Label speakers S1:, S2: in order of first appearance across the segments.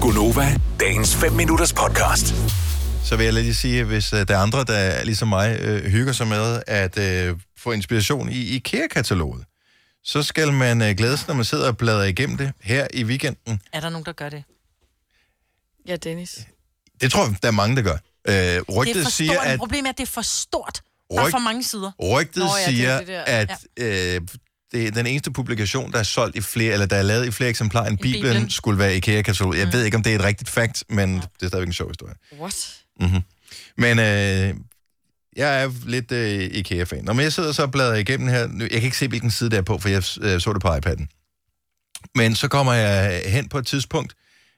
S1: Gunova, dagens 5 minutters podcast.
S2: så vil jeg lige sige, hvis øh, der er andre, der er ligesom mig, øh, hygger sig med at øh, få inspiration i IKEA-kataloget, så skal man øh, glæde sig, når man sidder og bladrer igennem det her i weekenden.
S3: Er der nogen, der gør det?
S4: Ja, Dennis.
S2: Det tror jeg, der er mange, der gør. Øh,
S3: Det er
S2: rygtet
S3: for
S2: siger,
S3: stort.
S2: at,
S3: Problemet er, at det er for stort. Der er
S2: Ryg-
S3: for mange sider.
S2: rygtet
S4: Nå
S2: Nå,
S4: ja, det er
S2: ja, siger,
S4: det
S2: det
S4: der.
S2: at øh, det er den eneste publikation, der er solgt i flere, eller der er lavet i flere eksemplarer end Bibelen,
S3: Bibelen.
S2: Bibelen, skulle være IKEA-kataloget. Jeg ved ikke, om det er et rigtigt fakt, men ja. det er stadigvæk en sjov historie.
S4: What?
S2: Men øh, jeg er lidt øh, IKEA-fan. Når jeg sidder så og bladrer igennem her, nu- jeg kan ikke se, hvilken side det er på, for jeg øh, så det på iPad'en. Men så kommer jeg hen på et tidspunkt,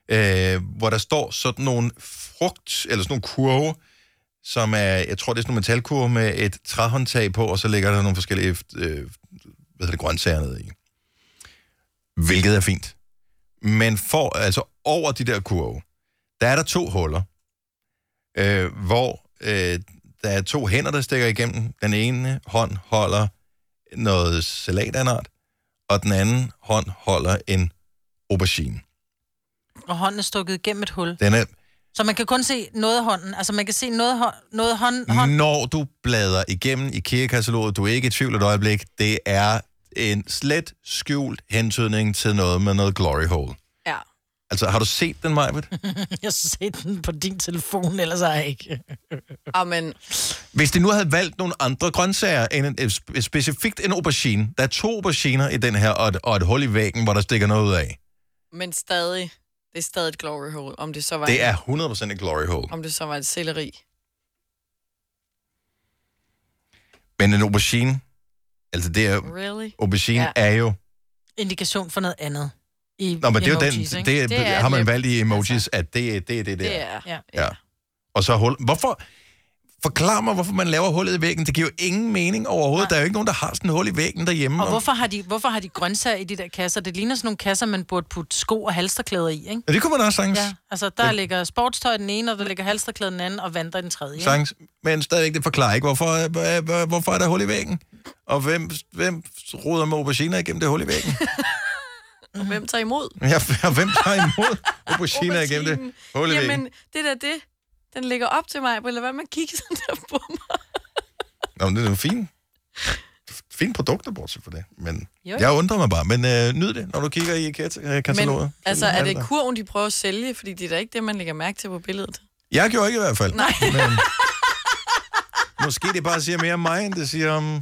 S2: øh, hvor der står sådan nogle frugt, eller sådan nogle kurve, som er, jeg tror, det er sådan nogle metalkurve med et træhåndtag på, og så ligger der nogle forskellige øh, hvad hedder det, grøntsager nede i. Hvilket er fint. Men for, altså over de der kurve, der er der to huller øh, hvor øh, der er to hænder, der stikker igennem. Den ene hånd holder noget salat af en art, og den anden hånd holder en aubergine.
S3: Og hånden er stukket igennem et hul.
S2: Den er,
S3: Så man kan kun se noget af hånden. Altså, man kan se noget, hånd, noget hånd,
S2: Mm.
S3: hånd.
S2: når du bladrer igennem i kirkekataloget, du er ikke i tvivl et øjeblik, det er en slet skjult hentydning til noget med noget glory hole.
S4: Ja.
S2: Altså, har du set den, Majbet?
S3: Jeg ser den på din telefon, ellers har jeg ikke.
S4: Amen.
S2: Hvis de nu havde valgt nogle andre grøntsager, end en, et, et specifikt en aubergine, der er to auberginer i den her, og et, og et hul i væggen, hvor der stikker noget ud af.
S4: Men stadig. Det er stadig et glory hole. Om det så var,
S2: Det
S4: En,
S2: er 100% et glory hole.
S4: om det så var et selleri.
S2: Men en aubergine, altså det er,
S4: Really?
S2: aubergine
S4: Ja.
S2: ja. er jo...
S3: Indikation for noget andet. I
S2: Nå, men det er jo den,
S3: emojis,
S2: det,
S3: ikke?
S2: det,
S4: Det er
S2: det har man
S4: lidt-
S2: valgt i emojis, altså. at det, er- det er det der.
S4: Det er.
S3: Ja.
S2: Ja. Og så hul. Hvorfor? Forklar mig, hvorfor man laver hullet i væggen. Det giver jo ingen mening overhovedet. Der er jo ikke nogen, der har sådan et hul i væggen derhjemme.
S3: Og hvorfor har, de, hvorfor har de grøntsager i de der kasser? Det ligner sådan nogle kasser, man burde putte sko og halsterklæder i, ikke?
S2: Ja, det kunne man også sagtens.
S3: Ja,
S2: Mm. Ja.
S3: altså der ligger sportstøj i den ene, og der ligger halsterklæde i den anden, og vandrer i den tredje. ikke?
S2: sagtens. Men stadigvæk, det forklarer ikke, hvorfor, hva- hva- hvorfor er der hul i væggen? Og hvem, hvem ruder med auberginer igennem det hul i væggen?
S4: Og hvem tager imod?
S2: Ja, og hvem tager imod auberginer igennem det hul i væggen?
S4: Jamen, det der det. Den ligger op til mig, eller hvad man kigger sådan der på mig.
S2: Nå, men det er jo fint. Fint produkter, bortset fra det. Men
S4: Jo, jo.
S2: jo. jeg undrer mig bare. Men øh, nyd det, når du kigger i kat- øh, kataloget.
S4: Men altså, er det
S2: der.
S4: kurven, de prøver at sælge? Fordi det er da ikke det, man lægger mærke til på billedet.
S2: Jeg gjorde ikke i hvert fald. Nej. Men, måske det bare siger mere om mig, end det siger om...